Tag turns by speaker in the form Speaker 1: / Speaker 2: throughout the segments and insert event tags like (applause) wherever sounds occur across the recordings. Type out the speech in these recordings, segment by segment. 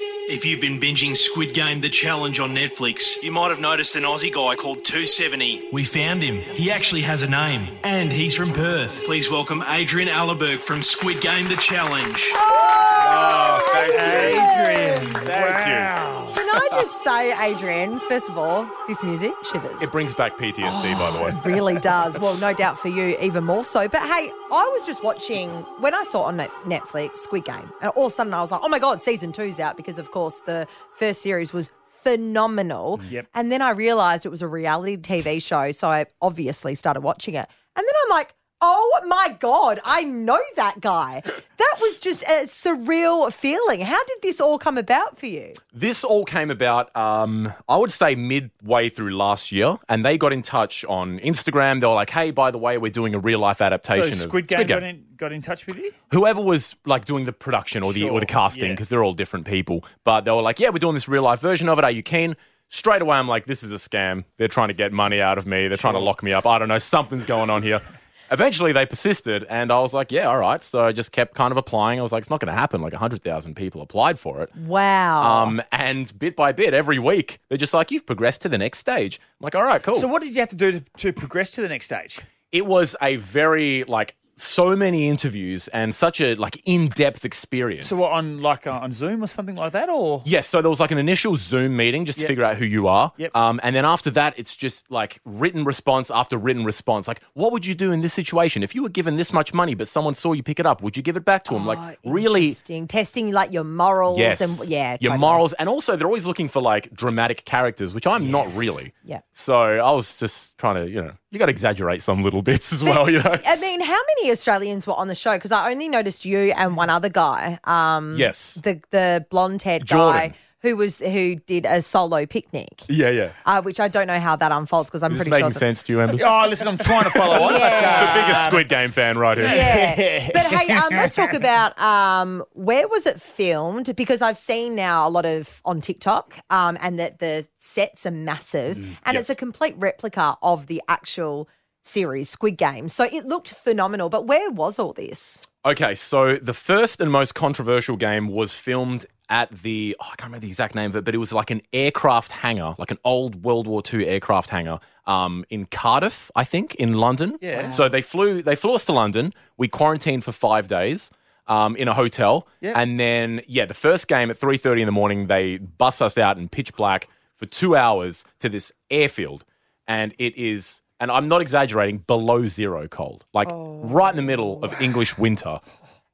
Speaker 1: If you've been binging Squid Game The Challenge on Netflix, you might have noticed an Aussie guy called 270. We found him. He actually has a name, and he's from Perth. Please welcome Adrian Allerberg from Squid Game The Challenge.
Speaker 2: Oh, thank you.
Speaker 3: Adrian.
Speaker 2: Thank
Speaker 3: Wow.
Speaker 4: Can I just say, Adrian, first of all, this music shivers.
Speaker 2: It brings back PTSD, by the way.
Speaker 3: (laughs)
Speaker 4: really does. Well, no doubt for you, even more so. But hey, I was just watching when I saw it on Net- Netflix Squid Game, and all of a sudden I was like, oh my God, season two's out because, of course, the first series was phenomenal.
Speaker 2: Mm.
Speaker 3: Yep.
Speaker 4: And then I realized it was a reality TV show. So I obviously started watching it. And then I'm like, Oh my God, I know that
Speaker 2: (laughs)
Speaker 4: guy. That was just a surreal feeling. How did this all come about for you?
Speaker 2: This all came about, um, I would say, midway through last year, and they got in touch on Instagram. They were like, "Hey, by the way, we're doing a real life
Speaker 3: So
Speaker 2: adaptation
Speaker 3: Squid
Speaker 2: of
Speaker 3: Game, Got, in, got in touch with you?
Speaker 2: Whoever was like doing the production or the or the
Speaker 3: Sure,
Speaker 2: casting,
Speaker 3: yeah.
Speaker 2: because they're all different people, but they were like, "Yeah, we're doing this real life version of it. Are you keen?" Straight away, I'm like, "This is a scam. They're trying to get money out of me. They're trying to lock me up. I don't know. Something's going on here." Eventually, they persisted, and I was like, "Yeah, all right." So I just kept kind of applying. I was like, "It's not going to happen." Like hundred thousand people applied for
Speaker 3: Mm.
Speaker 2: it.
Speaker 4: Wow.
Speaker 2: Um, and bit by bit, every week, they're just like, you've progressed to the next stage. I'm like, all right, cool.
Speaker 3: So what did you have to do to, to progress to the next stage?
Speaker 2: it was a very, like, so many interviews and such a, like, in depth experience.
Speaker 3: So what, on like uh, on Zoom or something like that, or
Speaker 2: Yes, so there was like an initial Zoom meeting just to
Speaker 3: Yep.
Speaker 2: figure out who you are.
Speaker 3: Yep.
Speaker 2: Um, and then after that, it's just like written response after written response. Like, what would you do in this situation? If you were given this much money, but someone saw you pick it up, would you give it back to them? like, really
Speaker 4: Ah, Oh, Interesting. testing like your morals
Speaker 2: Yes.
Speaker 4: and yeah,
Speaker 2: Your
Speaker 4: totally.
Speaker 2: morals. And also, they're always looking for like dramatic characters, which I'm not really.
Speaker 4: Yeah.
Speaker 2: So I was just trying to, you know, you got to exaggerate some little bits as
Speaker 4: (laughs)
Speaker 2: well, you know?
Speaker 4: I mean, how many Australians were on the show? Because I only noticed you and one other guy, um,
Speaker 2: yes.
Speaker 4: the the blonde haired
Speaker 2: Jordan.
Speaker 4: guy who was who did a solo picnic,
Speaker 2: yeah, yeah.
Speaker 4: uh, which I don't know how that unfolds because I'm
Speaker 2: Is this
Speaker 4: pretty
Speaker 2: making
Speaker 4: sure. that-
Speaker 2: sense to you,
Speaker 4: (laughs)
Speaker 2: Embers?
Speaker 3: oh, listen, I'm trying to follow on.
Speaker 4: Yeah.
Speaker 3: But, uh,
Speaker 2: Biggest Squid Game fan right here. (laughs)
Speaker 4: Yeah. but hey, um, let's talk about um, where was it filmed? Because I've seen now a lot of on TikTok, um, and that the sets are massive,
Speaker 2: Mm,
Speaker 4: and it's a complete replica of the actual series Squid Game. So it looked phenomenal. But where was all this?
Speaker 2: Okay, so the first and most controversial game was filmed at the oh, I can't remember the exact name of it, but it was like an aircraft hangar, like an old World War II aircraft hangar um, in Cardiff, I think, in London.
Speaker 3: Yeah. Wow.
Speaker 2: So they flew they flew us to London. We quarantined for five days um, in a hotel,
Speaker 3: Yep.
Speaker 2: and then yeah, the first game at three thirty in the morning, they bus us out in pitch black for two hours to this airfield, and it is. And I'm not exaggerating, below zero cold. Like
Speaker 4: Oh.
Speaker 2: right in the middle of English winter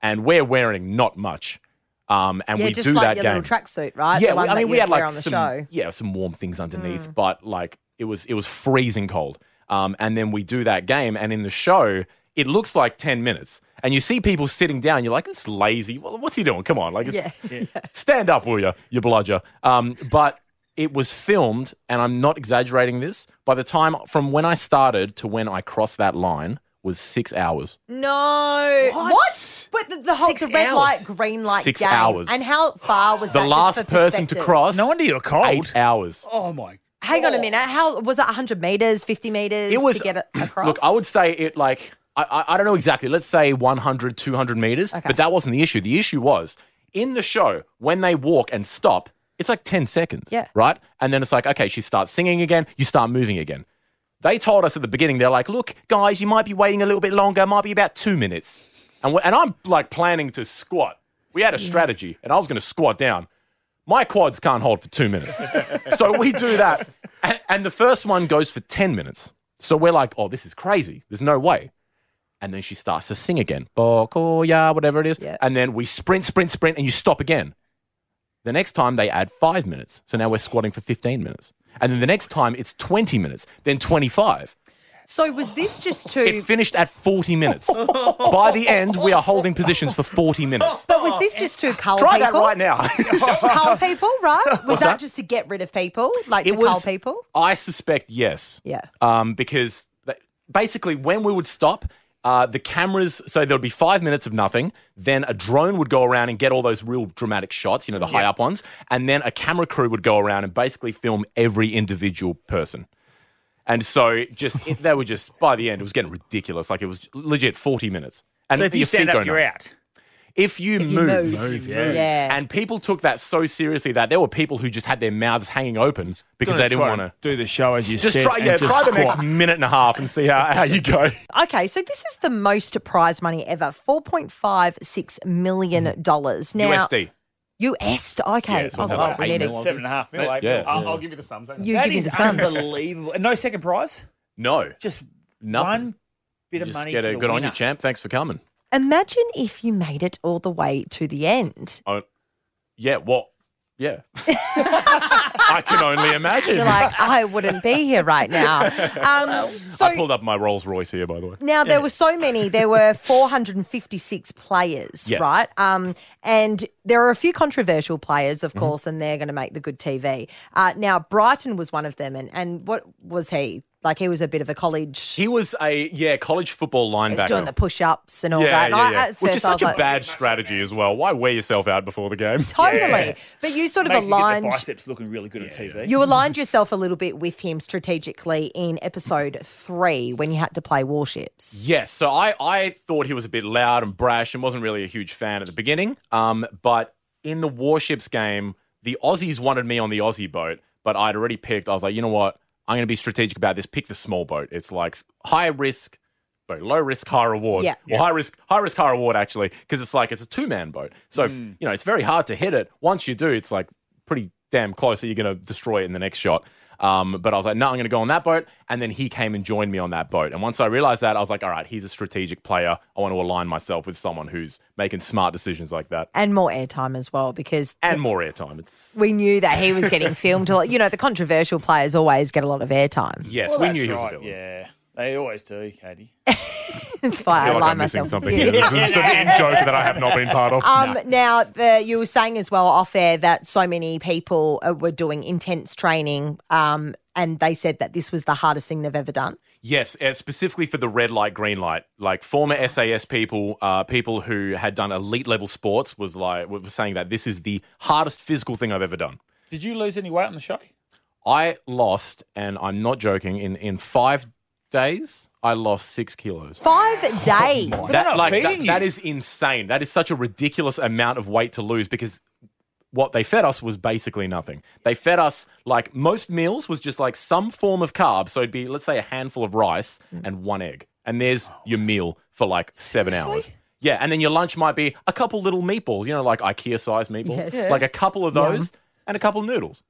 Speaker 2: and we're wearing not much. Um, and
Speaker 4: Yeah,
Speaker 2: we
Speaker 4: just
Speaker 2: do
Speaker 4: like
Speaker 2: that
Speaker 4: your
Speaker 2: game.
Speaker 4: little tracksuit, right?
Speaker 2: yeah,
Speaker 4: the
Speaker 2: we-
Speaker 4: one
Speaker 2: I
Speaker 4: that
Speaker 2: mean,
Speaker 4: you
Speaker 2: we had
Speaker 4: wear
Speaker 2: like
Speaker 4: on the
Speaker 2: some
Speaker 4: show. Mm.
Speaker 2: yeah some warm things underneath, but like it was it was freezing cold. Um, and then we do that game, and in the show, it looks like ten minutes, and you see people sitting down. You're like, it's lazy. Well, what's he doing? Come on, like,
Speaker 4: (laughs)
Speaker 2: it's, stand up, will you, you bludger? Um, but it was filmed, and I'm not exaggerating this. By the time from when I started to when I crossed that line was six hours.
Speaker 4: No. What? But the, the whole
Speaker 3: Six
Speaker 4: the red
Speaker 3: hours.
Speaker 4: light, green light
Speaker 2: Six
Speaker 4: game.
Speaker 2: hours.
Speaker 4: And how far was that?
Speaker 2: The
Speaker 4: just
Speaker 2: last
Speaker 4: for
Speaker 2: person to
Speaker 4: perspective?
Speaker 2: cross.
Speaker 3: no wonder you're cold.
Speaker 2: Eight hours.
Speaker 3: Oh my.
Speaker 4: Hang on a minute. How was that? 100 meters, 50 meters?
Speaker 2: It was
Speaker 4: to
Speaker 2: (clears throat)
Speaker 4: get a- across.
Speaker 2: Look, I would say it like I, I, I don't know exactly. Let's say 100, 200 meters, but that wasn't the issue. The issue was in the show when they walk and stop. It's like ten seconds,
Speaker 4: Yeah.
Speaker 2: right? And then it's like, okay, she starts singing again. You start moving again. They told us at the beginning, they're like, look, guys, you might be waiting a little bit longer. It might be about two minutes. And, we- and I'm like planning to squat. We had a strategy, and I was going to squat down. My quads can't hold for two minutes. so we do that. And, and the first one goes for 10 minutes. So we're like, oh, this is crazy. There's no way. And then she starts to sing again. Bokoya, whatever it is.
Speaker 4: Yeah.
Speaker 2: And then we sprint, sprint, sprint, and you stop again. The next time they add five minutes. So now we're squatting for 15 minutes. And then the next time it's 20 minutes, then 25.
Speaker 4: So was this
Speaker 2: (laughs)
Speaker 4: just too?
Speaker 2: It finished at 40 minutes. By the end, we are holding positions for 40 minutes.
Speaker 4: but was this
Speaker 2: (laughs)
Speaker 4: just too cull
Speaker 2: Try
Speaker 4: people?
Speaker 2: that right now. (laughs)
Speaker 4: cull people, right? Was that,
Speaker 2: that?
Speaker 4: just to get rid of people, like to cull people?
Speaker 2: I suspect yes.
Speaker 4: Yeah.
Speaker 2: Um, because th- basically, when we would stop, uh, the cameras. So there would be five minutes of nothing. Then a drone would go around and get all those real dramatic shots. You know, the high up ones. And then a camera crew would go around and basically film every individual person. And so, just it, they were just by the end, it was getting ridiculous. Like it was legit forty minutes. And
Speaker 3: So if you
Speaker 2: your feet
Speaker 3: stand up,
Speaker 2: going
Speaker 3: you're
Speaker 2: numb.
Speaker 3: out.
Speaker 2: If you
Speaker 4: If you
Speaker 2: move,
Speaker 4: move.
Speaker 5: Move, yeah.
Speaker 4: Yeah.
Speaker 2: and people took that so seriously that there were people who just had their mouths hanging open because they didn't
Speaker 3: try
Speaker 2: want
Speaker 3: and
Speaker 2: to.
Speaker 3: do the show as you
Speaker 2: Just
Speaker 3: said.
Speaker 2: try,
Speaker 3: and
Speaker 2: yeah,
Speaker 3: just
Speaker 2: try the
Speaker 3: squat.
Speaker 2: next minute and a half and see how, how you go.
Speaker 4: Okay, so this is the most prize money ever $4.56 million. dollars. Now,
Speaker 2: USD.
Speaker 4: US. Okay.
Speaker 2: Yeah, so
Speaker 4: oh,
Speaker 2: it's
Speaker 4: God,
Speaker 2: about
Speaker 4: we
Speaker 2: eight
Speaker 4: need
Speaker 2: million.
Speaker 4: it.
Speaker 3: Seven and a half mil, eight
Speaker 2: Yeah.
Speaker 3: mil.
Speaker 5: I'll, I'll give you the thumbs. hang on.
Speaker 4: You
Speaker 3: That
Speaker 4: give me
Speaker 3: is
Speaker 4: the sums.
Speaker 3: unbelievable. And no second prize.
Speaker 2: No,
Speaker 3: Just
Speaker 2: Nothing.
Speaker 3: one bit of
Speaker 2: just
Speaker 3: money.
Speaker 2: get
Speaker 3: to
Speaker 2: a
Speaker 3: the
Speaker 2: good on you,
Speaker 3: winner.
Speaker 2: champ. Thanks for coming.
Speaker 4: Imagine if you made it all the way to the end.
Speaker 2: Oh, yeah. What?
Speaker 4: (laughs)
Speaker 2: Yeah. I can only imagine.
Speaker 4: You're like, I wouldn't be here right now. Um, so
Speaker 2: I pulled up my Rolls Royce here, by the way.
Speaker 4: Now there were so many. There were 456 players,
Speaker 2: Yes.
Speaker 4: right? Um, and there are a few controversial players, of
Speaker 2: Mm-hmm.
Speaker 4: course, and they're going to make the good TV. Uh, now Brighton was one of them, and and what was he like? He was a bit of a college.
Speaker 2: He was a yeah college football
Speaker 4: He
Speaker 2: linebacker.
Speaker 4: was doing the push-ups and all
Speaker 2: yeah,
Speaker 4: that. And
Speaker 2: yeah,
Speaker 4: I-
Speaker 2: yeah.
Speaker 4: at
Speaker 2: Which
Speaker 4: first
Speaker 2: is
Speaker 4: I
Speaker 2: such
Speaker 4: was
Speaker 2: a
Speaker 4: like,
Speaker 2: bad strategy as well. Why wear yourself out before the game?
Speaker 4: Totally,
Speaker 3: Yeah.
Speaker 4: but you sort of
Speaker 3: Makes you get
Speaker 4: aligned.
Speaker 3: the biceps looking really good on TV.
Speaker 4: You aligned yourself a little bit with him strategically in episode three when you had to play warships.
Speaker 2: Yes, so I, I thought he was a bit loud and brash and wasn't really a huge fan at the beginning. Um, but in the Warships game, the Aussies wanted me on the Aussie boat, but I'd already picked. I was like, you know what? I'm going to be strategic about this. Pick the small boat. It's like high risk, sorry, low risk, high reward.
Speaker 4: Yeah.
Speaker 2: Well, high risk, high risk, high reward actually, because it's like it's a two man boat. So if-
Speaker 3: Mm.
Speaker 2: you know it's very hard to hit it. Once you do, it's like pretty damn close that you're going to destroy it in the next shot. Um, but I was like, no, I'm going to go on that boat. And then he came and joined me on that boat. And once I realized that, I was like, all right, he's a strategic player. I want to align myself with someone who's making smart decisions like that.
Speaker 4: And more airtime as well, because
Speaker 2: And more airtime. It's
Speaker 4: we knew that he was
Speaker 2: (laughs)
Speaker 4: getting filmed a lot. You know, the controversial players always get a lot of
Speaker 2: (laughs)
Speaker 4: airtime.
Speaker 2: yes,
Speaker 3: Well,
Speaker 2: we
Speaker 3: that's
Speaker 2: knew he was
Speaker 3: right,
Speaker 2: a villain.
Speaker 3: Yeah, they always do, Katie.
Speaker 4: (laughs) It's fine. I,
Speaker 2: I feel like
Speaker 4: lie
Speaker 2: I'm missing
Speaker 4: myself.
Speaker 2: something.
Speaker 4: Yeah.
Speaker 2: here. (laughs) This is
Speaker 4: (laughs)
Speaker 2: an in joke that I have not been part of.
Speaker 4: Um, Now, the, you were saying as well off air that so many people uh, were doing intense training, um, and they said that this was the hardest thing they've ever done.
Speaker 2: Yes, uh, specifically for the red light, green light. Like former SAS people, uh, people who had done elite level sports, was like were saying that this is the hardest physical thing I've ever done.
Speaker 3: Did you lose any weight on the show?
Speaker 2: I lost, and I'm not joking. In in five days, I lost six kilos.
Speaker 4: Five days.
Speaker 3: not
Speaker 2: like
Speaker 3: feeding
Speaker 2: that,
Speaker 3: you.
Speaker 2: that is insane. That is such a ridiculous amount of weight to lose because what they fed us was basically nothing. They fed us like most meals was just like some form of carb. So it'd be let's say a handful of rice
Speaker 4: Mm.
Speaker 2: and one egg, and there's
Speaker 4: Oh,
Speaker 2: your meal for like seven hours. Yeah, and then your lunch might be a couple little meatballs, you know, like IKEA sized meatballs,
Speaker 4: Yes. Yeah.
Speaker 2: like a couple of those and a couple of
Speaker 4: (laughs)
Speaker 2: noodles.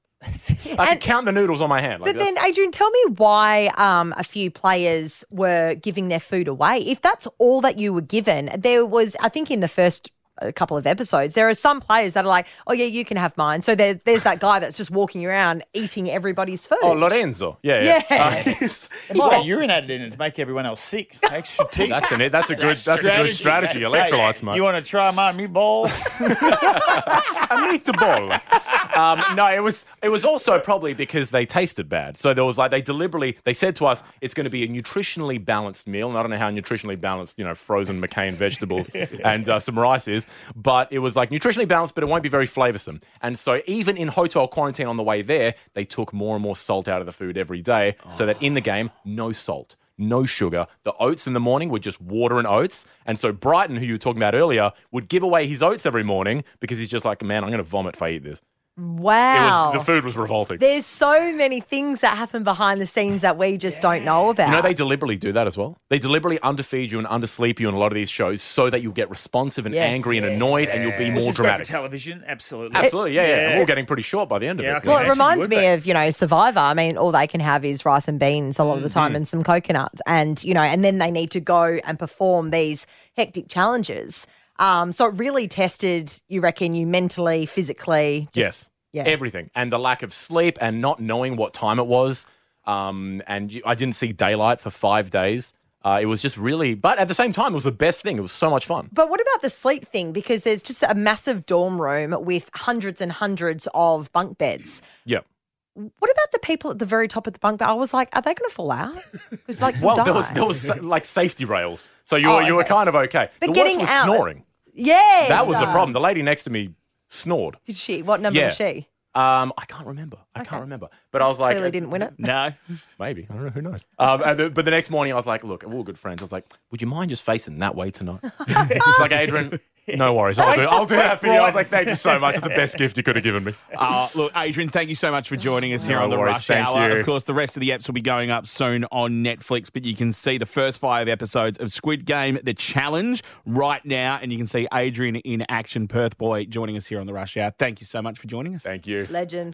Speaker 2: I can count the noodles on my hand. Like
Speaker 4: But
Speaker 2: that's-
Speaker 4: then, Adrian, tell me why um, a few players were giving their food away. If that's all that you were given, there was, I think, in the first uh, couple of episodes, there are some players that are like, "Oh yeah, you can have mine." So there, there's that guy that's just walking around eating everybody's food.
Speaker 2: Oh, Lorenzo. Yeah, yeah.
Speaker 4: Yeah.
Speaker 2: Uh, (laughs) he's-
Speaker 3: It might have urinated in it to make everyone else sick.
Speaker 2: (laughs)
Speaker 3: Extra tea.
Speaker 2: that's an that's a good that's a good strategy. Electrolytes, mate.
Speaker 3: You want to try my meatball?
Speaker 2: a meatball. (laughs) um, no, it was it was also probably because they tasted bad. So there was like they deliberately they said to us it's going to be a nutritionally balanced meal. And I don't know how nutritionally balanced you know frozen McCain vegetables and uh, some rice is, but it was like nutritionally balanced, but it won't be very flavoursome. And so even in hotel quarantine on the way there, they took more and more salt out of the food every day, so that in the game no salt. No sugar. The oats in the morning were just water and oats. And so Brighton, who you were talking about earlier, would give away his oats every morning because he's just like, man, I'm going to vomit if I eat this. It
Speaker 4: wow.
Speaker 2: was, the food was revolting.
Speaker 4: There's so many things that happen behind the scenes that we just don't know about.
Speaker 2: You know, they deliberately do that as well. They deliberately underfeed you and undersleep you in a lot of these shows so that you'll get responsive and
Speaker 4: Yes.
Speaker 2: angry and annoyed and you'll be
Speaker 3: Which
Speaker 2: more
Speaker 3: is great for
Speaker 2: dramatic.
Speaker 3: television, absolutely.
Speaker 2: Absolutely, yeah, yeah. And
Speaker 3: Yeah.
Speaker 2: we're all getting pretty short by the end of
Speaker 3: Yeah, I
Speaker 2: it.
Speaker 3: can
Speaker 4: well, it
Speaker 3: actually
Speaker 4: reminds
Speaker 3: would
Speaker 4: me
Speaker 3: be.
Speaker 4: of, you know, Survivor. I mean, all they can have is rice and beans a lot of the
Speaker 2: Mm-hmm.
Speaker 4: time and some coconuts. And, you know, and then they need to go and perform these hectic challenges. Um, so it really tested, you reckon, you mentally, physically. just-
Speaker 2: Yes.
Speaker 4: yeah.
Speaker 2: Everything. And the lack of sleep and not knowing what time it was. Um, and you, I didn't see daylight for five days. Uh, it was just really, but at the same time, it was the best thing. It was so much fun.
Speaker 4: But what about the sleep thing? Because there's just a massive dorm room with hundreds and hundreds of bunk beds.
Speaker 2: Yeah.
Speaker 4: What about the people at the very top of the bunk bed? I was like, are they going to fall out? Because
Speaker 2: (laughs)
Speaker 4: like,
Speaker 2: Well,
Speaker 4: die.
Speaker 2: there was, there was like safety rails. So you,
Speaker 4: Oh,
Speaker 2: were, you were
Speaker 4: okay.
Speaker 2: kind of okay.
Speaker 4: But
Speaker 2: the
Speaker 4: getting
Speaker 2: worst was
Speaker 4: out-
Speaker 2: snoring.
Speaker 4: yes,
Speaker 2: That was the
Speaker 4: uh,
Speaker 2: problem. The lady next to me snored.
Speaker 4: Did she? What number
Speaker 2: Yeah.
Speaker 4: was she?
Speaker 2: Um, I can't remember. I can't remember. But I was like,
Speaker 4: Clearly didn't win it.
Speaker 3: No.
Speaker 2: Maybe. I don't know.
Speaker 4: (laughs)
Speaker 2: Who knows? Um, and the, but the next morning, I was like, look, we're all good friends. I was like, would you mind just facing that way tonight? (laughs) It's like, Adrian, no worries. I'll do, I'll do that for you. I was like, thank you so much. It's the best gift you could have given me.
Speaker 5: Uh, look, Adrian, thank you so much for joining us here
Speaker 2: No
Speaker 5: on the
Speaker 2: worries,
Speaker 5: Rush
Speaker 2: thank
Speaker 5: Hour.
Speaker 2: you.
Speaker 5: Of course, the rest of the apps will be going up soon on Netflix, but you can see the first five episodes of Squid Game: The Challenge right now, and you can see Adrian in action, Perth boy, joining us here on the Rush Hour. Thank you so much for joining us.
Speaker 2: Thank you.
Speaker 4: Legend.